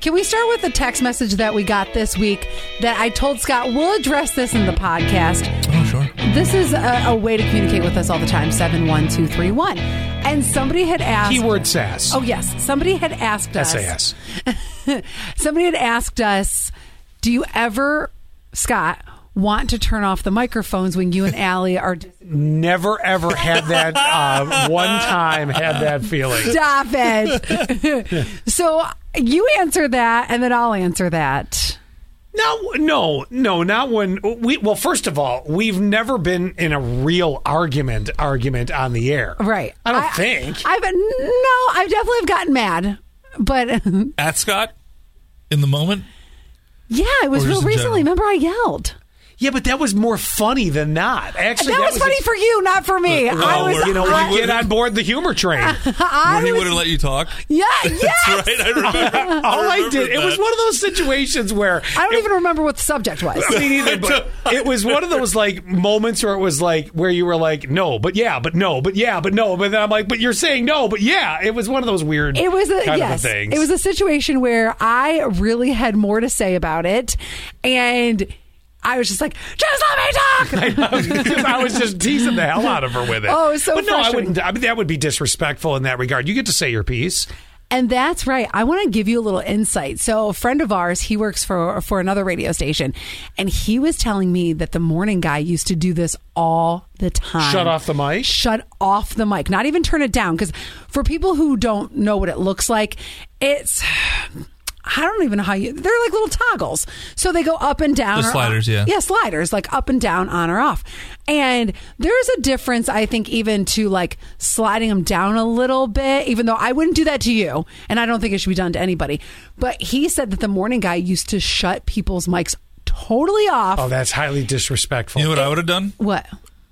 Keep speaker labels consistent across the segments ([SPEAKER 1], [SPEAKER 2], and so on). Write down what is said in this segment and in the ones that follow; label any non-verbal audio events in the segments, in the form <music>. [SPEAKER 1] Can we start with the text message that we got this week that I told Scott we'll address this in the podcast?
[SPEAKER 2] Oh, sure.
[SPEAKER 1] This is a, a way to communicate with us all the time 71231. And somebody had asked.
[SPEAKER 2] Keyword sass.
[SPEAKER 1] Oh, yes. Somebody had asked us.
[SPEAKER 2] SAS.
[SPEAKER 1] Somebody had asked us, do you ever, Scott, want to turn off the microphones when you and Allie are.
[SPEAKER 2] Never ever had that
[SPEAKER 1] <laughs>
[SPEAKER 2] uh, one time had that feeling.
[SPEAKER 1] Stop it. <laughs> so you answer that, and then I'll answer that.
[SPEAKER 2] No, no, no, not when we. Well, first of all, we've never been in a real argument argument on the air.
[SPEAKER 1] Right.
[SPEAKER 2] I don't think.
[SPEAKER 1] I've no. I definitely have gotten mad, but <laughs>
[SPEAKER 3] At Scott in the moment?
[SPEAKER 1] yeah, it was
[SPEAKER 3] Or
[SPEAKER 1] real
[SPEAKER 3] just in
[SPEAKER 1] recently.
[SPEAKER 3] general.
[SPEAKER 1] Remember, I yelled.
[SPEAKER 2] Yeah, but that was more funny than not. Actually,
[SPEAKER 1] that, was, funny for you, not for me.
[SPEAKER 3] Well,
[SPEAKER 1] I was.
[SPEAKER 3] we're-
[SPEAKER 2] you know,
[SPEAKER 1] I,
[SPEAKER 2] we get on board the humor
[SPEAKER 1] <laughs>
[SPEAKER 2] train.
[SPEAKER 1] I
[SPEAKER 3] When he
[SPEAKER 1] was-
[SPEAKER 3] would have let you
[SPEAKER 2] <laughs>
[SPEAKER 3] talk? <laughs>
[SPEAKER 1] yeah, yes.
[SPEAKER 3] Right? I remember.
[SPEAKER 2] All I did, it
[SPEAKER 3] remembered
[SPEAKER 2] was
[SPEAKER 3] that.
[SPEAKER 2] one of those situations where
[SPEAKER 1] I don't even remember what the subject
[SPEAKER 3] <laughs>
[SPEAKER 1] was.
[SPEAKER 2] <laughs> Me
[SPEAKER 1] <laughs>
[SPEAKER 2] neither, but it was one of those like moments where it was like where you were like, no, but yeah, but no, but yeah, but no, but then I'm like, but you're saying no, but yeah. It was one of those weird.
[SPEAKER 1] It was a
[SPEAKER 2] kind
[SPEAKER 1] yes.
[SPEAKER 2] Of a things.
[SPEAKER 1] it was a situation where I really had more to say about it, and I was just like, just let me talk.
[SPEAKER 2] because <laughs> I was just teasing the hell out of her with it.
[SPEAKER 1] Oh, it was so
[SPEAKER 2] But no, I
[SPEAKER 1] frustrating.
[SPEAKER 2] wouldn't. I mean, that would be disrespectful in that regard. You get to say your piece.
[SPEAKER 1] And that's right. I want to give you a little insight. So, a friend of ours, he works for for another radio station, and he was telling me that the morning guy used to do this all the time.
[SPEAKER 2] Shut off the mic?
[SPEAKER 1] Shut off the mic. Not even turn it down cuz for people who don't know what it looks like, it's I don't even know how you. They're like little toggles, so they go up and down.
[SPEAKER 3] The
[SPEAKER 1] or
[SPEAKER 3] sliders,
[SPEAKER 1] up-
[SPEAKER 3] yeah.
[SPEAKER 1] yeah, sliders, like up and down, on or off. And there's a difference, I think, even to like sliding them down a little bit, even though I wouldn't do that to you. And I don't think it should be done to anybody. But he said that the morning guy used to shut people's mics totally off.
[SPEAKER 2] Oh, that's highly disrespectful.
[SPEAKER 3] You know what I would have done?
[SPEAKER 1] what?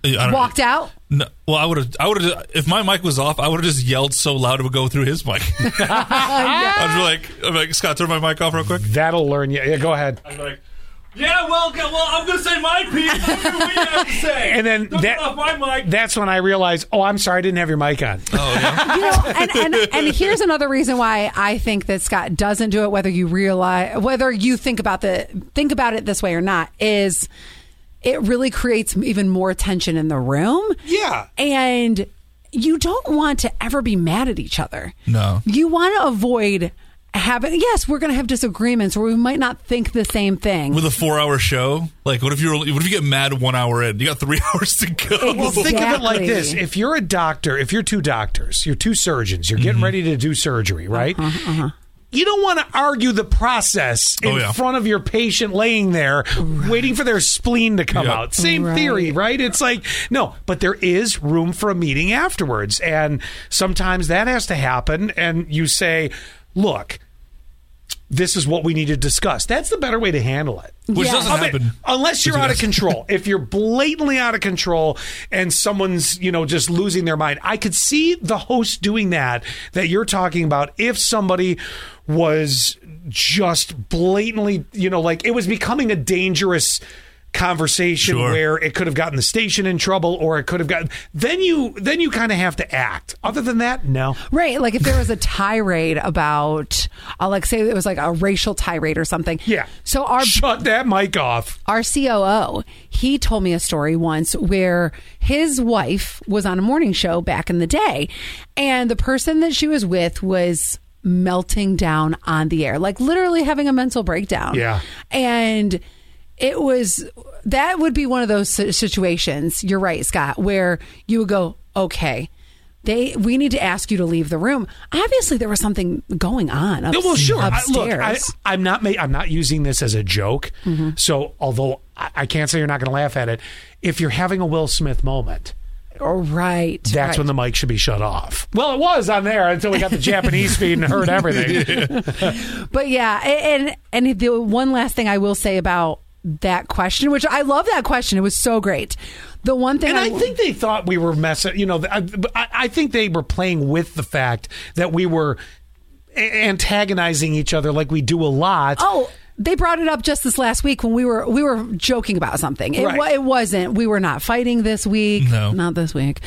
[SPEAKER 3] I don't-
[SPEAKER 1] Walked out?
[SPEAKER 3] No, well, I would have. I would have. If my mic was off, I would have just yelled so loud it would go through
[SPEAKER 2] <laughs>
[SPEAKER 3] his mic. <laughs> I'd be like, I'm like, Scott, turn my mic off real quick.
[SPEAKER 2] That'll learn you. Yeah, go ahead.
[SPEAKER 3] I'd be like, yeah, well, g- well, I'm gonna say my piece. What do we have to say?
[SPEAKER 2] <laughs> And then
[SPEAKER 3] Don't
[SPEAKER 2] that-
[SPEAKER 3] cut off my mic.
[SPEAKER 2] That's when I realized. Oh, I'm sorry, I didn't have your mic on.
[SPEAKER 3] oh yeah.
[SPEAKER 1] You know, and, and, and here's another reason why I think that Scott doesn't do it, whether you realize, whether you think about the think about it this way or not, is it really creates even more tension in the room.
[SPEAKER 2] Yeah.
[SPEAKER 1] and you don't want to ever be mad at each other.
[SPEAKER 3] No.
[SPEAKER 1] You want to avoid having, yes, we're going to have disagreements where we might not think the same thing.
[SPEAKER 3] With a four-hour show, like, what if you're? What if you get mad one hour in? You got three <laughs> hours to go.
[SPEAKER 2] Well, think of it like
[SPEAKER 1] Exactly.
[SPEAKER 2] this: if you're a doctor, if you're two doctors, you're two surgeons, you're
[SPEAKER 1] Mm-hmm.
[SPEAKER 2] getting ready to do surgery,
[SPEAKER 1] Uh-huh,
[SPEAKER 2] right? You don't want to argue the process in
[SPEAKER 3] Oh, yeah.
[SPEAKER 2] front of your patient laying there, waiting for their spleen to come
[SPEAKER 3] Yeah.
[SPEAKER 2] out. Same
[SPEAKER 1] Right.
[SPEAKER 2] theory, right? It's like no, but there is room for a meeting afterwards, and sometimes that has to happen. And you say, "Look, this is what we need to discuss." That's the better way to handle it.
[SPEAKER 3] Which
[SPEAKER 1] Yeah.
[SPEAKER 3] doesn't
[SPEAKER 2] I mean,
[SPEAKER 3] happen.
[SPEAKER 2] unless you're
[SPEAKER 3] Which
[SPEAKER 2] out of
[SPEAKER 3] does.
[SPEAKER 2] control. if you're blatantly out of control and someone's, you know, just losing their mind, I could see the host doing that that you're talking about if somebody was just blatantly, you know, like it was becoming a dangerous conversation
[SPEAKER 3] Sure.
[SPEAKER 2] where it could have gotten the station in trouble or it could have gotten then you then you kind of have to act. Other than that, no.
[SPEAKER 1] Right. Like if there was a tirade about, uh, like say it was like a racial tirade or something.
[SPEAKER 2] Yeah.
[SPEAKER 1] So our
[SPEAKER 2] Shut that mic off.
[SPEAKER 1] our COO, he told me a story once where his wife was on a morning show back in the day, and the person that she was with was melting down on the air, like literally having a mental breakdown.
[SPEAKER 2] Yeah.
[SPEAKER 1] And it was that would be one of those si- situations, you're right, Scott, where you would go, okay. They, we need to ask you to leave the room. Obviously, there was something going on. Up,
[SPEAKER 2] Yeah, well, sure. I-
[SPEAKER 1] Upstairs.
[SPEAKER 2] look, I, I'm not. Ma- I'm not using this as a joke. So, although I, I can't say you're not going to laugh at it, if you're having a Will Smith moment,
[SPEAKER 1] All right.
[SPEAKER 2] that's
[SPEAKER 1] right.
[SPEAKER 2] when the mic should be shut off. Well, it was on there until we got the <laughs> Japanese feed and heard everything.
[SPEAKER 1] But yeah, a- and and the one last thing I will say about that question, which I love that question, it was so great. The one thing
[SPEAKER 2] <laughs> And I
[SPEAKER 1] will-
[SPEAKER 2] think they thought we were messing. You know, I, I I think they were playing with the fact that we were a- antagonizing each other like we do a lot.
[SPEAKER 1] Oh, they brought it up just this last week when we were we were joking about something. It,
[SPEAKER 2] Right.
[SPEAKER 1] wa- it wasn't. We were not fighting this week.
[SPEAKER 3] No.
[SPEAKER 1] not this week.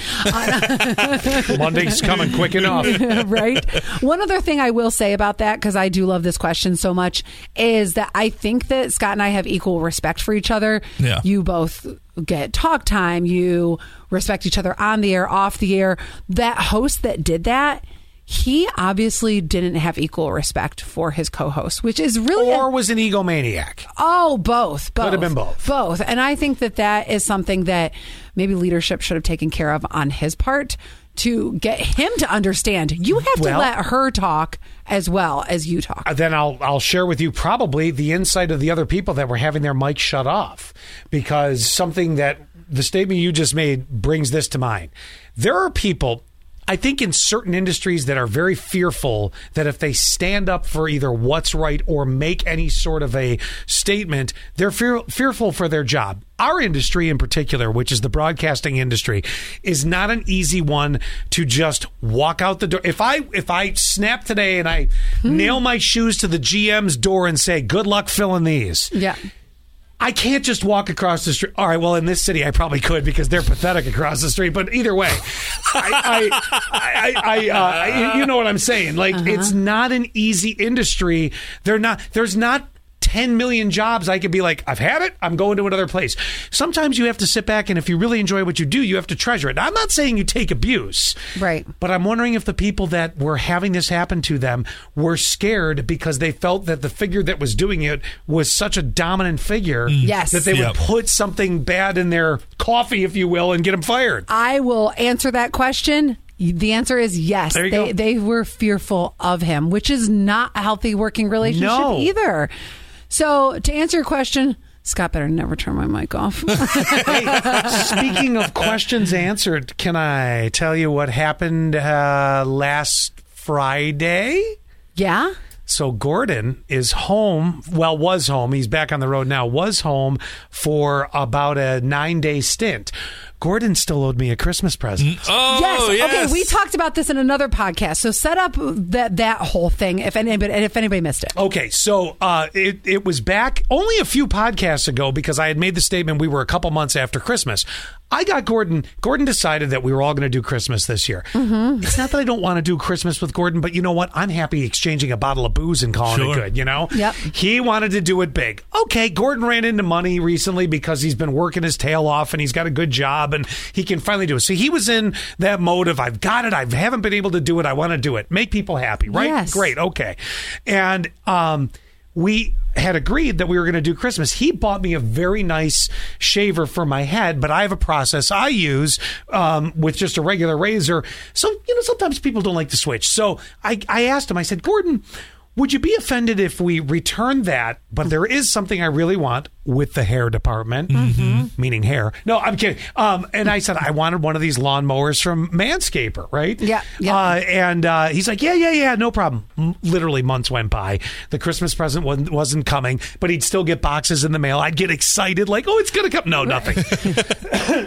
[SPEAKER 2] Monday's coming quick enough. <laughs>
[SPEAKER 1] <laughs> right? One other thing I will say about that, because I do love this question so much, is that I think that Scott and I have equal respect for each other.
[SPEAKER 3] Yeah.
[SPEAKER 1] You both get talk time, you respect each other on the air, off the air. That host that did that, he obviously didn't have equal respect for his co host, which is really.
[SPEAKER 2] Or was an egomaniac.
[SPEAKER 1] Oh, both. both.
[SPEAKER 2] have been both.
[SPEAKER 1] Both. And I think that that is something that maybe leadership should have taken care of on his part to get him to understand. You have to
[SPEAKER 2] Well-
[SPEAKER 1] let her talk as well as you talk.
[SPEAKER 2] Uh, Then I'll I'll share with you probably the insight of the other people that were having their mic shut off because something that the statement you just made brings this to mind. There are people I think in certain industries that are very fearful that if they stand up for either what's right or make any sort of a statement, they're fear, fearful for their job. Our industry in particular, which is the broadcasting industry, is not an easy one to just walk out the door. If I if I snap today and I nail my shoes to the GM's door and say, "Good luck filling these."
[SPEAKER 1] yeah.
[SPEAKER 2] I can't just walk across the street. All right, well, in this city, I probably could because they're pathetic across the street. But either way, I, I, I, I, uh, you- you know what I'm saying? Like, it's not an easy industry. They're not. There's not. 10 million jobs I could be like I've had it I'm going to another place. Sometimes you have to sit back and if you really enjoy what you do you have to treasure it. I'm not saying you take abuse.
[SPEAKER 1] Right.
[SPEAKER 2] But I'm wondering if the people that were having this happen to them were scared because they felt that the figure that was doing it was such a dominant figure
[SPEAKER 1] Yes.
[SPEAKER 2] that they
[SPEAKER 3] Yep.
[SPEAKER 2] would put something bad in their coffee, if you will, and get them fired.
[SPEAKER 1] I will answer that question. The answer is yes.
[SPEAKER 2] There you
[SPEAKER 1] They,
[SPEAKER 2] go.
[SPEAKER 1] they were fearful of him, which is not a healthy working relationship
[SPEAKER 2] No.
[SPEAKER 1] either. So, to answer your question, Scott better never turn my mic
[SPEAKER 2] <laughs>
[SPEAKER 1] off.
[SPEAKER 2] <laughs> Speaking of questions answered, can I tell you what happened uh, last Friday?
[SPEAKER 1] yeah?
[SPEAKER 2] So Gordon is home. Well, was home. He's back on the road now. Was home for about a nine day stint. Gordon still owed me a Christmas present.
[SPEAKER 3] Oh,
[SPEAKER 1] yes.
[SPEAKER 3] yes.
[SPEAKER 1] Okay. We talked about this in another podcast. So set up that that whole thing. If anybody, and if anybody missed it,
[SPEAKER 2] Okay, so uh, it it was back only a few podcasts ago because I had made the statement we were a couple months after Christmas. I got Gordon. Gordon decided that we were all going to do Christmas this year.
[SPEAKER 1] Mm-hmm.
[SPEAKER 2] It's not that I don't want to do Christmas with Gordon, but you know what? I'm happy exchanging a bottle of booze and calling
[SPEAKER 3] Sure.
[SPEAKER 2] it good. You know,
[SPEAKER 1] Yep.
[SPEAKER 2] he wanted to do it big. Okay, Gordon ran into money recently because he's been working his tail off and he's got a good job and he can finally do it. So he was in that mode of I've got it. I haven't been able to do it. I want to do it. Make people happy, right?
[SPEAKER 1] Yes.
[SPEAKER 2] Great okay. And um, we had agreed that we were going to do Christmas. He bought me a very nice shaver for my head, but I have a process I use um, with just a regular razor. So, you know, sometimes people don't like to switch. So I, I asked him, I said, Gordon, would you be offended if we return that? But there is something I really want with the hair department,
[SPEAKER 1] Mm-hmm.
[SPEAKER 2] Mm-hmm. meaning hair. No, I'm kidding. Um, and I said I wanted one of these lawnmowers from Manscaper, right?
[SPEAKER 1] Yeah, yeah.
[SPEAKER 2] Uh, and uh, he's like, yeah, yeah, yeah, no problem. M- Literally months went by. The Christmas present wasn't, wasn't coming, but he'd still get boxes in the mail. I'd get excited, like, oh, it's gonna come.
[SPEAKER 1] <laughs>
[SPEAKER 2] No, nothing.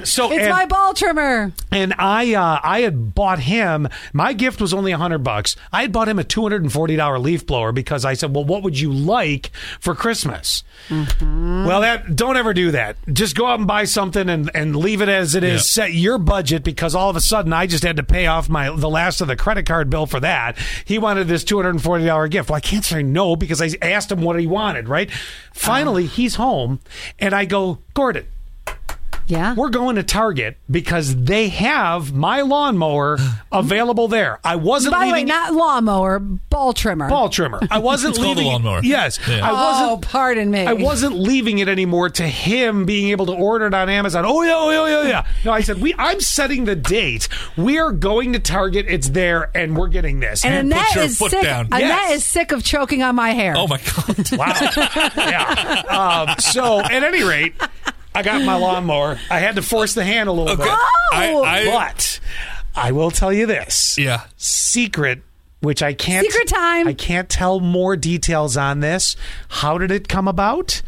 [SPEAKER 2] so
[SPEAKER 1] it's
[SPEAKER 2] and-
[SPEAKER 1] my ball trimmer.
[SPEAKER 2] and I uh, I had bought him my gift was only hundred bucks. I had bought him a two hundred and forty dollar leaf blower because I said, "Well, what would you like for Christmas?" Well, that don't ever do that. Just go out and buy something and, and leave it as it is.
[SPEAKER 3] Yeah.
[SPEAKER 2] Set your budget because all of a sudden I just had to pay off my the last of the credit card bill for that. He wanted this two hundred and forty dollar gift. Well, I can't say no because I asked him what he wanted. Right? Finally, he's home, and I go, Gordon
[SPEAKER 1] Yeah.
[SPEAKER 2] we're going to Target because they have
[SPEAKER 3] <gasps>
[SPEAKER 2] my lawnmower available there. I wasn't
[SPEAKER 1] By the way,
[SPEAKER 2] leaving
[SPEAKER 1] not lawnmower, ball trimmer.
[SPEAKER 2] ball trimmer.
[SPEAKER 3] <laughs>
[SPEAKER 2] I wasn't
[SPEAKER 3] called a
[SPEAKER 2] leaving
[SPEAKER 3] lawnmower.
[SPEAKER 2] Yes,
[SPEAKER 3] Yeah.
[SPEAKER 2] I
[SPEAKER 1] oh,
[SPEAKER 2] wasn't.
[SPEAKER 1] pardon me.
[SPEAKER 2] I wasn't leaving it anymore to him being able to order it on Amazon. Oh yeah, oh yeah, oh, yeah, yeah. No, I said we. I'm setting the date. We are going to Target. It's there, and we're getting this.
[SPEAKER 1] And
[SPEAKER 3] Man, put
[SPEAKER 1] Annette
[SPEAKER 3] your
[SPEAKER 1] is
[SPEAKER 3] foot
[SPEAKER 1] sick.
[SPEAKER 3] down.
[SPEAKER 1] Annette
[SPEAKER 2] Yes.
[SPEAKER 1] is sick of choking on my hair.
[SPEAKER 3] Oh my god.
[SPEAKER 2] <laughs> Wow. yeah. Um, so, at any rate, I got my lawnmower. I had to force the hand a
[SPEAKER 3] <laughs>
[SPEAKER 2] little
[SPEAKER 3] Okay.
[SPEAKER 2] bit.
[SPEAKER 3] I, I,
[SPEAKER 2] but I will tell you this.
[SPEAKER 3] Yeah.
[SPEAKER 2] Secret, which I can't
[SPEAKER 1] Secret time.
[SPEAKER 2] I can't tell more details on this. How did it come about?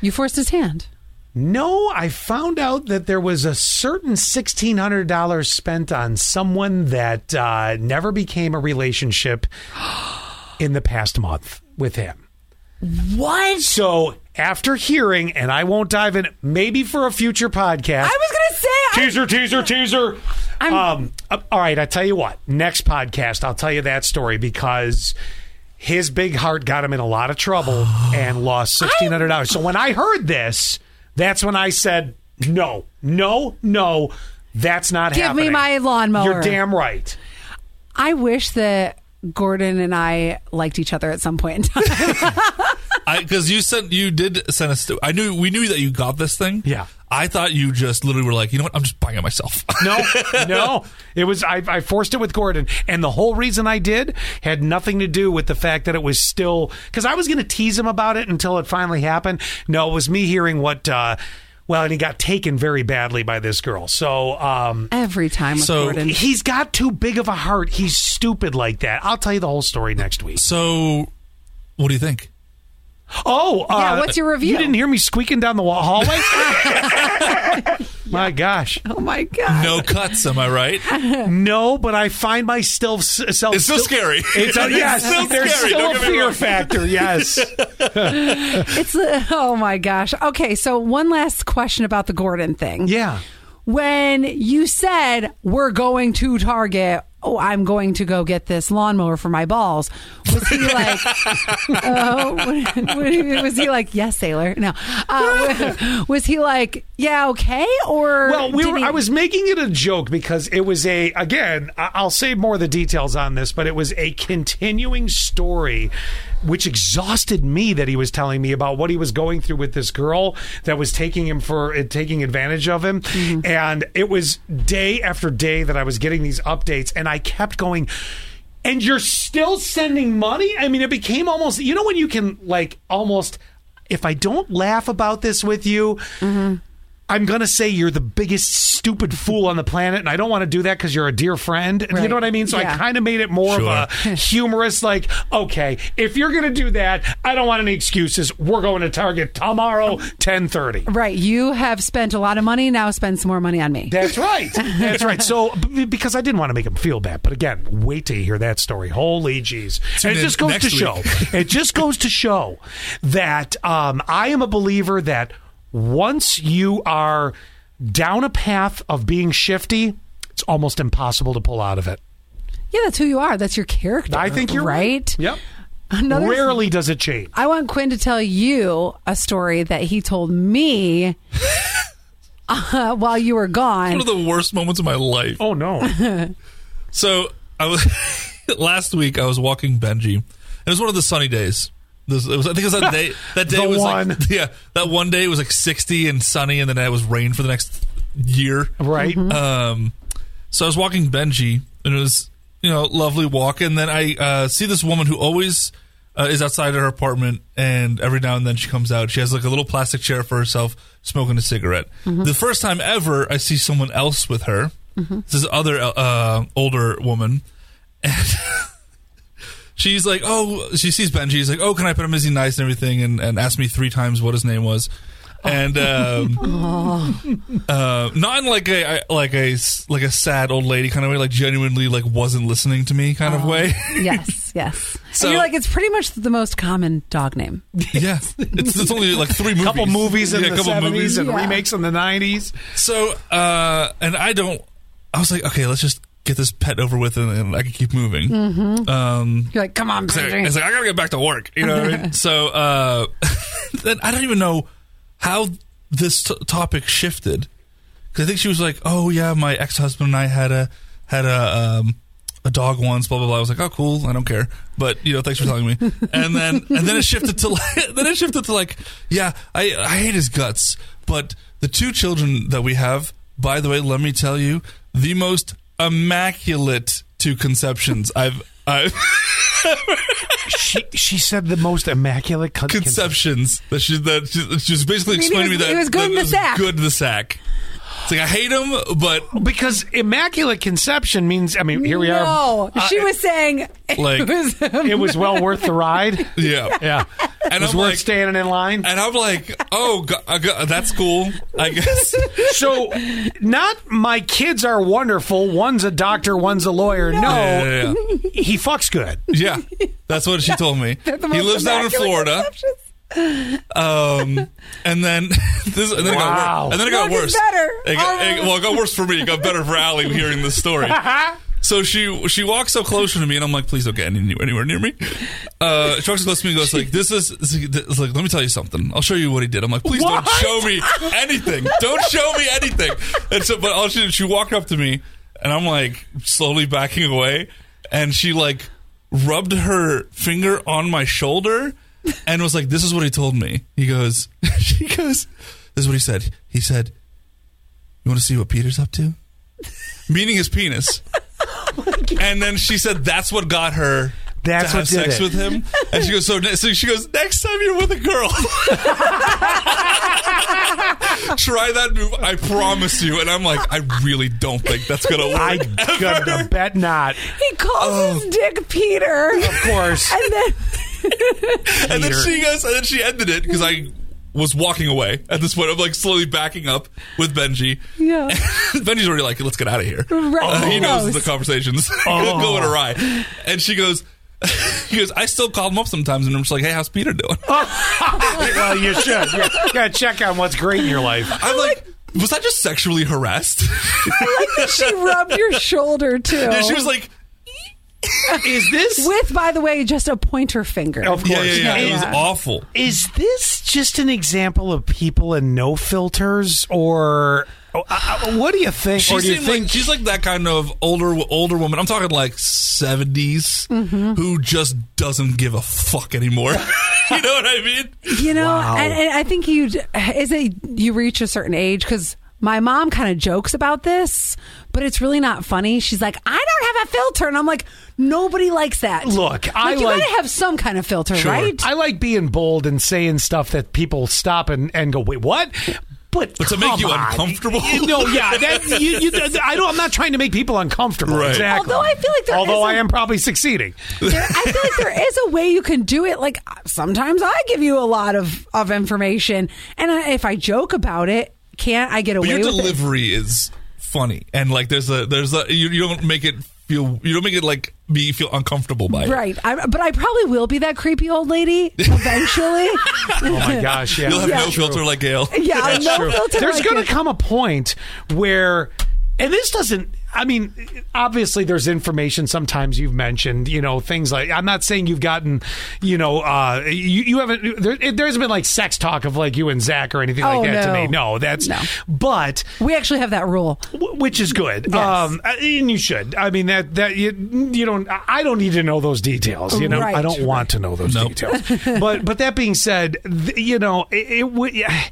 [SPEAKER 1] You forced his hand.
[SPEAKER 2] No, I found out that there was a certain sixteen hundred dollars spent on someone
[SPEAKER 3] <gasps>
[SPEAKER 2] that uh, never became a relationship in the past month with him.
[SPEAKER 1] What?
[SPEAKER 2] So after hearing, and I won't dive in, maybe for a future podcast.
[SPEAKER 1] I was gonna say I-
[SPEAKER 2] teaser, teaser, teaser.
[SPEAKER 1] I'm-
[SPEAKER 2] um, uh, all right, I tell you what. Next podcast, I'll tell you that story because his big heart got him in a lot
[SPEAKER 1] <gasps>
[SPEAKER 2] of trouble and lost sixteen hundred dollars. So when I heard this, that's when I said, "No, no, no, that's not
[SPEAKER 1] Give me
[SPEAKER 2] happening."
[SPEAKER 1] my lawnmower.
[SPEAKER 2] You're damn right.
[SPEAKER 1] I wish that Gordon and I liked each other at some point in <laughs> time.
[SPEAKER 3] Because you sent, you did send us. I knew we knew that you got this thing.
[SPEAKER 2] Yeah.
[SPEAKER 3] I thought you just literally were like, you know what? I'm just buying it myself. <laughs>
[SPEAKER 2] No, no. It was I, I forced it with Gordon, and the whole reason I did had nothing to do with the fact that it was still because I was going to tease him about it until it finally happened. No, it was me hearing what. Uh, well, and he got taken very badly by this girl. So um,
[SPEAKER 1] Every time with
[SPEAKER 3] So-
[SPEAKER 1] Gordon.
[SPEAKER 2] he's got too big of a heart. He's stupid like that. I'll tell you the whole story next week.
[SPEAKER 3] so, what do you think?
[SPEAKER 2] Oh, uh,
[SPEAKER 1] Yeah, what's your review?
[SPEAKER 2] You didn't hear me squeaking down the wa-
[SPEAKER 1] <laughs>
[SPEAKER 2] hallway. <laughs> My gosh.
[SPEAKER 1] Oh my god.
[SPEAKER 3] <laughs> No cuts, am I right?
[SPEAKER 2] No, but I find myself s- self
[SPEAKER 3] It's still scary. <laughs>
[SPEAKER 2] It's a, yes,
[SPEAKER 3] still
[SPEAKER 2] there's
[SPEAKER 3] scary,
[SPEAKER 2] still
[SPEAKER 3] don't
[SPEAKER 2] a
[SPEAKER 3] get me
[SPEAKER 2] fear
[SPEAKER 3] wrong. <laughs>
[SPEAKER 2] factor. Yes,
[SPEAKER 1] It's a, oh my gosh. Okay, so one last question about the Gordon thing.
[SPEAKER 2] yeah.
[SPEAKER 1] When you said we're going to Target, oh, I'm going to go get this lawnmower for my balls. Was he
[SPEAKER 2] <laughs>
[SPEAKER 1] like, oh, <laughs> what- what- was he like, yes, sailor? No, uh, <laughs> was he like, yeah, okay, or
[SPEAKER 2] Well, we
[SPEAKER 1] did
[SPEAKER 2] were,
[SPEAKER 1] he-
[SPEAKER 2] I was making it a joke because it was a again. I- I'll say more of the details on this, but it was a continuing story, which exhausted me that he was telling me about what he was going through with this girl that was taking him for uh, taking advantage of him, and it was day after day that I was getting these updates, and I kept going. And you're still sending money? I mean, it became almost, you know, when you can, like, almost, if I don't laugh about this with you, I'm gonna say you're the biggest stupid fool on the planet, and I don't want to do that because you're a dear friend. And You
[SPEAKER 1] Right.
[SPEAKER 2] know what I mean? So
[SPEAKER 1] Yeah.
[SPEAKER 2] I kind of made it more of a humorous, like, okay, if you're gonna do that, I don't want any excuses. We're going to Target tomorrow, ten thirty.
[SPEAKER 1] Right, you have spent a lot of money. Now spend some more money on me.
[SPEAKER 2] That's right. <laughs> That's right. So b- because I didn't want to make him feel bad, but again, wait till you hear that story. Holy jeez! And it
[SPEAKER 3] in
[SPEAKER 2] just goes
[SPEAKER 3] next
[SPEAKER 2] to show. <laughs> it just goes to show that um, I am a believer that once you are down a path of being shifty, it's almost impossible to pull out of it.
[SPEAKER 1] Yeah, that's who you are. That's your character.
[SPEAKER 2] I think you're
[SPEAKER 1] right.
[SPEAKER 2] Yep.
[SPEAKER 1] Another
[SPEAKER 2] Rarely does it change.
[SPEAKER 1] I want Quinn to tell you a story that he told me <laughs> uh, while you were
[SPEAKER 3] One
[SPEAKER 1] gone.
[SPEAKER 3] of the worst moments of my life.
[SPEAKER 1] <laughs>
[SPEAKER 2] Oh no!
[SPEAKER 3] So I was <laughs> last week. I was walking Benji. It was one of the sunny days. This, it was, I think it was that <laughs> day. That day
[SPEAKER 2] The
[SPEAKER 3] was
[SPEAKER 2] one.
[SPEAKER 3] like <laughs> yeah. That one day it was like sixty and sunny, and then it was rain for the next year.
[SPEAKER 2] Right?
[SPEAKER 1] Mm-hmm.
[SPEAKER 3] Um, so I was walking Benji, and it was you know lovely walk, and then I uh, see this woman who always uh, is outside her apartment, and every now and then she comes out. She has like a little plastic chair for herself, smoking a cigarette. The first time ever, I see someone else with her. This is other uh, older woman, and. <laughs> She's like, oh, she sees Benji. She's like, oh, can I put him as he nice and everything? And, and asked me three times what his name was. And um, uh, not in like a I- like a s- like a sad old lady kind of way, like genuinely like wasn't listening to me
[SPEAKER 2] Oh.
[SPEAKER 3] kind of
[SPEAKER 2] <laughs>
[SPEAKER 3] way. <laughs>
[SPEAKER 1] <laughs> yes, yes.
[SPEAKER 3] So-
[SPEAKER 1] and you're like, it's pretty much the most common dog name.
[SPEAKER 3] yeah, it's, it's only like three movies,
[SPEAKER 2] couple movies in
[SPEAKER 3] Yeah,
[SPEAKER 2] the
[SPEAKER 3] couple
[SPEAKER 2] seventies
[SPEAKER 3] movies.
[SPEAKER 2] and
[SPEAKER 1] Yeah.
[SPEAKER 2] remakes in the nineties.
[SPEAKER 3] So uh, and I don't. I was like, okay, let's just get this pet over with, and, and I can keep moving.
[SPEAKER 2] Mm-hmm.
[SPEAKER 3] Um,
[SPEAKER 1] You're like, come on,
[SPEAKER 3] it's like,
[SPEAKER 1] Benji.
[SPEAKER 3] it's like, I gotta get back to work. You know what I mean? So uh, <laughs> then I don't even know how this t- topic shifted because I think she was like, "Oh yeah, my ex husband and I had a had a um, a dog once." Blah blah blah. I was like, "Oh cool, I don't care," but you know, thanks for telling me. And then and then it shifted to like, <laughs> then it shifted to like, yeah, I I hate his guts, but the two children that we have, by the way, let me tell you, the most immaculate two conceptions I've I've.
[SPEAKER 2] She she said the most immaculate con-
[SPEAKER 3] conceptions that she that she, she was basically
[SPEAKER 1] mean, it
[SPEAKER 3] explaining
[SPEAKER 1] was-
[SPEAKER 3] to me that
[SPEAKER 1] it was good
[SPEAKER 3] that
[SPEAKER 1] in the sack.
[SPEAKER 3] Good in the sack. It's like I hate
[SPEAKER 1] <laughs>
[SPEAKER 3] him, but
[SPEAKER 2] Because immaculate conception means, I mean, here we
[SPEAKER 1] No,
[SPEAKER 2] are. Uh,
[SPEAKER 1] she was saying it
[SPEAKER 3] like-
[SPEAKER 1] was-
[SPEAKER 2] It was well worth the ride.
[SPEAKER 3] <laughs> yeah.
[SPEAKER 2] Yeah.
[SPEAKER 3] And
[SPEAKER 2] it was
[SPEAKER 3] I'm
[SPEAKER 2] worth
[SPEAKER 3] like- uh,
[SPEAKER 2] standing in line.
[SPEAKER 3] And I'm like, oh, go- I go- that's cool.
[SPEAKER 1] <laughs>
[SPEAKER 3] I guess.
[SPEAKER 2] So, not my kids are wonderful. One's a doctor, one's a lawyer. No,
[SPEAKER 1] Oh.
[SPEAKER 3] Yeah, yeah, yeah.
[SPEAKER 2] he
[SPEAKER 3] <laughs>
[SPEAKER 2] fucks good.
[SPEAKER 3] Yeah, that's what she told
[SPEAKER 1] <laughs>
[SPEAKER 3] me.
[SPEAKER 1] They're the
[SPEAKER 3] He
[SPEAKER 1] most
[SPEAKER 3] lives down in
[SPEAKER 1] immaculate
[SPEAKER 3] Florida.
[SPEAKER 1] conceptions.
[SPEAKER 3] Um, and then <laughs> this, and then
[SPEAKER 2] Wow.
[SPEAKER 3] it got worse. And then it got
[SPEAKER 1] Look,
[SPEAKER 3] worse.
[SPEAKER 1] it's better. Oh.
[SPEAKER 3] It got- it- well, it got worse for me. It got better for Allie hearing this story.
[SPEAKER 1] <laughs>
[SPEAKER 3] So she she walks up closer to me, and I'm like, please don't get anywhere, anywhere near me. Uh, she walks up close to me and goes like, this is this is- this is like, let me tell you something. I'll show you what he did. I'm like, please
[SPEAKER 2] What?
[SPEAKER 3] don't show me anything. Don't show me anything. And so, but all she she walked up to me, and I'm like slowly backing away, and she like rubbed her finger on my shoulder and was like, this is what he told me. He goes, <laughs> she goes, this is what he said. He said, you want to see what Peter's up to? Meaning his penis. and then she said that's what got her
[SPEAKER 2] That's
[SPEAKER 3] to
[SPEAKER 2] what
[SPEAKER 3] have
[SPEAKER 2] did
[SPEAKER 3] sex
[SPEAKER 2] it.
[SPEAKER 3] with him. And she goes, so, ne- so she goes, next time you're with a girl. <laughs> Try that move, I promise you. And I'm like, I really don't think that's gonna work.
[SPEAKER 2] I
[SPEAKER 3] <laughs> ever.
[SPEAKER 2] gotta bet not.
[SPEAKER 1] He calls
[SPEAKER 3] Oh.
[SPEAKER 1] his dick Peter,
[SPEAKER 2] Of course.
[SPEAKER 1] and then <laughs>
[SPEAKER 3] and then
[SPEAKER 2] Peter.
[SPEAKER 3] she goes, and then she ended it because I was walking away at this point. I'm like slowly backing up with Benji.
[SPEAKER 1] Yeah.
[SPEAKER 3] <laughs> Benji's already like, let's get out of here.
[SPEAKER 1] Right.
[SPEAKER 3] Uh, he
[SPEAKER 1] He
[SPEAKER 3] knows
[SPEAKER 1] knows.
[SPEAKER 3] the conversations <laughs> going
[SPEAKER 2] Oh.
[SPEAKER 3] awry. And she goes, <laughs> he goes, I still call him up sometimes, and I'm just like, hey, how's Peter doing?
[SPEAKER 1] Oh,
[SPEAKER 2] well, you should. You gotta check on what's great in your life.
[SPEAKER 3] I'm like, was I just sexually harassed? <laughs>
[SPEAKER 1] she rubbed your shoulder too.
[SPEAKER 3] yeah, she was like,
[SPEAKER 2] Is this?
[SPEAKER 1] with, by the way, just a pointer finger.
[SPEAKER 2] Of course.
[SPEAKER 3] yeah, yeah, yeah. It was
[SPEAKER 1] Yeah.
[SPEAKER 3] awful.
[SPEAKER 2] Is this just an example of people and no filters, or uh, uh, what do you think?
[SPEAKER 3] She
[SPEAKER 2] or do you
[SPEAKER 3] seemed
[SPEAKER 2] think
[SPEAKER 3] like, she's like that kind of older older woman. I'm talking like 70s
[SPEAKER 1] Mm-hmm.
[SPEAKER 3] who just doesn't give a fuck anymore. <laughs> you know what I mean?
[SPEAKER 1] You know,
[SPEAKER 2] Wow.
[SPEAKER 1] and, and I think you is it you reach a certain age because my mom kind of jokes about this, but it's really not funny. She's like, I don't have a filter, and I'm like, nobody likes that.
[SPEAKER 2] Look, I
[SPEAKER 1] you
[SPEAKER 2] like-
[SPEAKER 1] gotta have some kind of filter,
[SPEAKER 3] Sure.
[SPEAKER 1] right?
[SPEAKER 2] <laughs> I like being bold and saying stuff that people stop and, and go, wait, what? But,
[SPEAKER 3] But to make
[SPEAKER 2] come
[SPEAKER 3] you
[SPEAKER 2] on.
[SPEAKER 3] uncomfortable.
[SPEAKER 2] <laughs> no, yeah, that, you, you, I don't. I'm not trying to make people uncomfortable.
[SPEAKER 3] Right.
[SPEAKER 2] Exactly.
[SPEAKER 1] Although I feel like there
[SPEAKER 2] although
[SPEAKER 1] is a-
[SPEAKER 2] I am probably
[SPEAKER 1] <laughs>
[SPEAKER 2] succeeding. Oh
[SPEAKER 1] There- I feel like there is a way you can do it. Like sometimes I give you a lot of of information, and I, if I joke about it, can't I get away
[SPEAKER 3] But your
[SPEAKER 1] with it?
[SPEAKER 3] delivery is funny and like there's a there's a you, you don't make it feel you don't make it like me feel uncomfortable by it.
[SPEAKER 1] Right, I, but I probably will be that creepy old lady eventually.
[SPEAKER 2] Oh my gosh! Yeah,
[SPEAKER 3] You'll have
[SPEAKER 1] Yeah.
[SPEAKER 3] no filter like
[SPEAKER 2] <laughs>
[SPEAKER 3] Gail.
[SPEAKER 1] yeah, I'll no
[SPEAKER 2] True.
[SPEAKER 1] filter.
[SPEAKER 2] There's
[SPEAKER 1] like
[SPEAKER 2] going
[SPEAKER 1] it.
[SPEAKER 2] to come a point where, and this doesn't. I mean, obviously, there's information sometimes you've mentioned, you know, things like. I'm not saying you've gotten, you know, uh, you, you haven't. There, it, there hasn't been like sex talk of like you and Zach or anything
[SPEAKER 1] Oh,
[SPEAKER 2] like that
[SPEAKER 1] no.
[SPEAKER 2] to me. No, that's.
[SPEAKER 1] No.
[SPEAKER 2] But
[SPEAKER 1] We actually have that rule.
[SPEAKER 2] w- which is good.
[SPEAKER 1] Yes.
[SPEAKER 2] Um, and you should. I mean that that you you don't. I I don't need to know those details. You know,
[SPEAKER 1] Right.
[SPEAKER 2] I don't want to know those
[SPEAKER 3] Nope.
[SPEAKER 2] details. but but that being said, th- you know it. it would- yeah.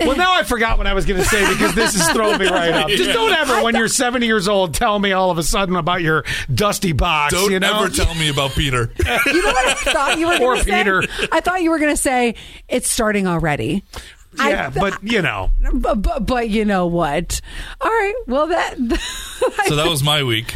[SPEAKER 2] Well, now I forgot what I was going to say because this is throwing me right up. Just don't ever, when you're 70 years old, tell me all of a sudden about your dusty box.
[SPEAKER 3] Don't
[SPEAKER 2] you know?
[SPEAKER 3] ever tell me about Peter.
[SPEAKER 2] <laughs>
[SPEAKER 1] You know what I thought you were
[SPEAKER 2] Or
[SPEAKER 1] going to say?
[SPEAKER 2] Peter.
[SPEAKER 1] I thought you were going to say it's starting already. I
[SPEAKER 2] yeah,
[SPEAKER 1] th-
[SPEAKER 2] but you
[SPEAKER 1] <laughs>
[SPEAKER 2] know,
[SPEAKER 1] but, but but you know what? All right. Well, that
[SPEAKER 3] so that was my week.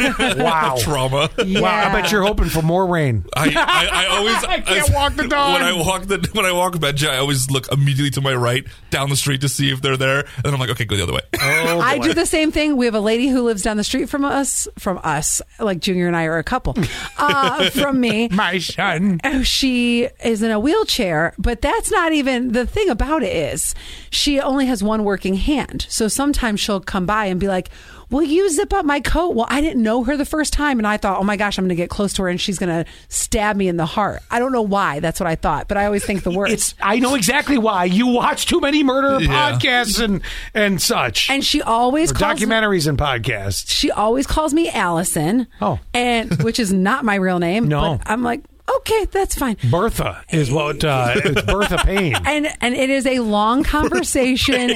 [SPEAKER 2] wow, <laughs>
[SPEAKER 3] Trauma.
[SPEAKER 2] wow. I bet you're hoping for more rain.
[SPEAKER 3] I, I, I always
[SPEAKER 2] I can't walk the dog.
[SPEAKER 3] when I walk the when I walk Benji. I always look immediately to my right down the street to see if they're there, and then I'm like, okay, go the other way.
[SPEAKER 2] Oh,
[SPEAKER 1] I
[SPEAKER 2] boy.
[SPEAKER 1] do the same thing. We have a lady who lives down the street from us, from us, like Junior and I are a couple.
[SPEAKER 2] <laughs>
[SPEAKER 1] Uh, from me,
[SPEAKER 2] my son.
[SPEAKER 1] Oh, she is in a wheelchair, but that's not even the thing about it is she only has one working hand. So sometimes she'll come by and be like, Will you zip up my coat? Well, I didn't know her the first time and I thought, Oh my gosh, I'm gonna get close to her and she's gonna stab me in the heart. I don't know why that's what I thought, but I always think the worst.
[SPEAKER 2] <laughs> It's I know exactly why. You watch too many murder
[SPEAKER 3] Yeah.
[SPEAKER 2] podcasts and and such.
[SPEAKER 1] and she always
[SPEAKER 2] Or
[SPEAKER 1] calls me,
[SPEAKER 2] documentaries and podcasts.
[SPEAKER 1] she always calls me Allison.
[SPEAKER 2] Oh.
[SPEAKER 1] And which is not my real name.
[SPEAKER 2] No.
[SPEAKER 1] But I'm like, Okay, that's fine.
[SPEAKER 2] Bertha is
[SPEAKER 3] <laughs>
[SPEAKER 2] what uh, it's Bertha Payne.
[SPEAKER 1] and and it is a long
[SPEAKER 2] <laughs>
[SPEAKER 1] conversation.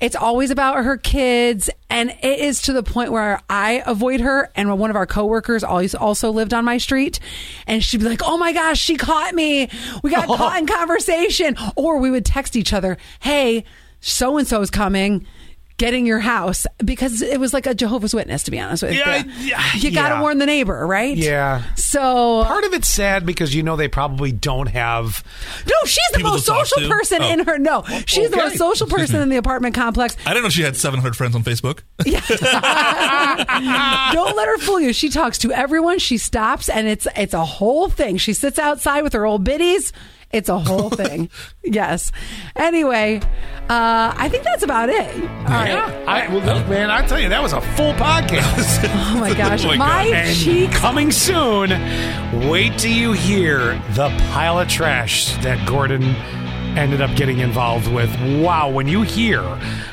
[SPEAKER 1] It's always about her kids, and it is to the point where I avoid her. And one of our coworkers always also lived on my street, and she'd be like, "Oh my gosh, she caught me! We
[SPEAKER 2] <laughs>
[SPEAKER 1] got caught in conversation." Or we would text each other, "Hey, so and so's coming." getting your house because it was like a Jehovah's Witness, to be honest with
[SPEAKER 2] Yeah,
[SPEAKER 1] you.
[SPEAKER 2] yeah,
[SPEAKER 1] you got to
[SPEAKER 2] yeah.
[SPEAKER 1] warn the neighbor, right?
[SPEAKER 2] Yeah.
[SPEAKER 1] So
[SPEAKER 2] Part of it's sad because you know they probably don't have.
[SPEAKER 1] no, she's the
[SPEAKER 3] People
[SPEAKER 1] most
[SPEAKER 3] to talk
[SPEAKER 1] social
[SPEAKER 3] to?
[SPEAKER 1] person
[SPEAKER 3] Oh.
[SPEAKER 1] in her. No, she's the
[SPEAKER 2] okay.
[SPEAKER 1] most social person in the apartment
[SPEAKER 3] <laughs>
[SPEAKER 1] complex.
[SPEAKER 3] I didn't know she had 700 friends on Facebook.
[SPEAKER 1] <laughs> Don't let her fool you. She talks to everyone. She stops, and it's it's a whole thing. She sits outside with her old biddies. It's a
[SPEAKER 3] <laughs>
[SPEAKER 1] whole thing. Yes. Anyway, uh, I think that's about it. All right.
[SPEAKER 2] I, well, man, I tell you, that was a full podcast.
[SPEAKER 1] <laughs> Oh my gosh,
[SPEAKER 3] Oh my
[SPEAKER 1] my,
[SPEAKER 3] God.
[SPEAKER 2] And
[SPEAKER 1] cheeks.
[SPEAKER 2] coming soon. Wait till you hear the pile of trash that Gordon ended up getting involved with. Wow, when you hear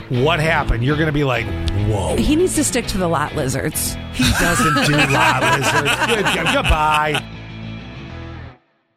[SPEAKER 2] what happened, you're going to be like, whoa.
[SPEAKER 1] He needs to stick to the lot lizards.
[SPEAKER 2] He doesn't do lot lizards. Good, good, goodbye.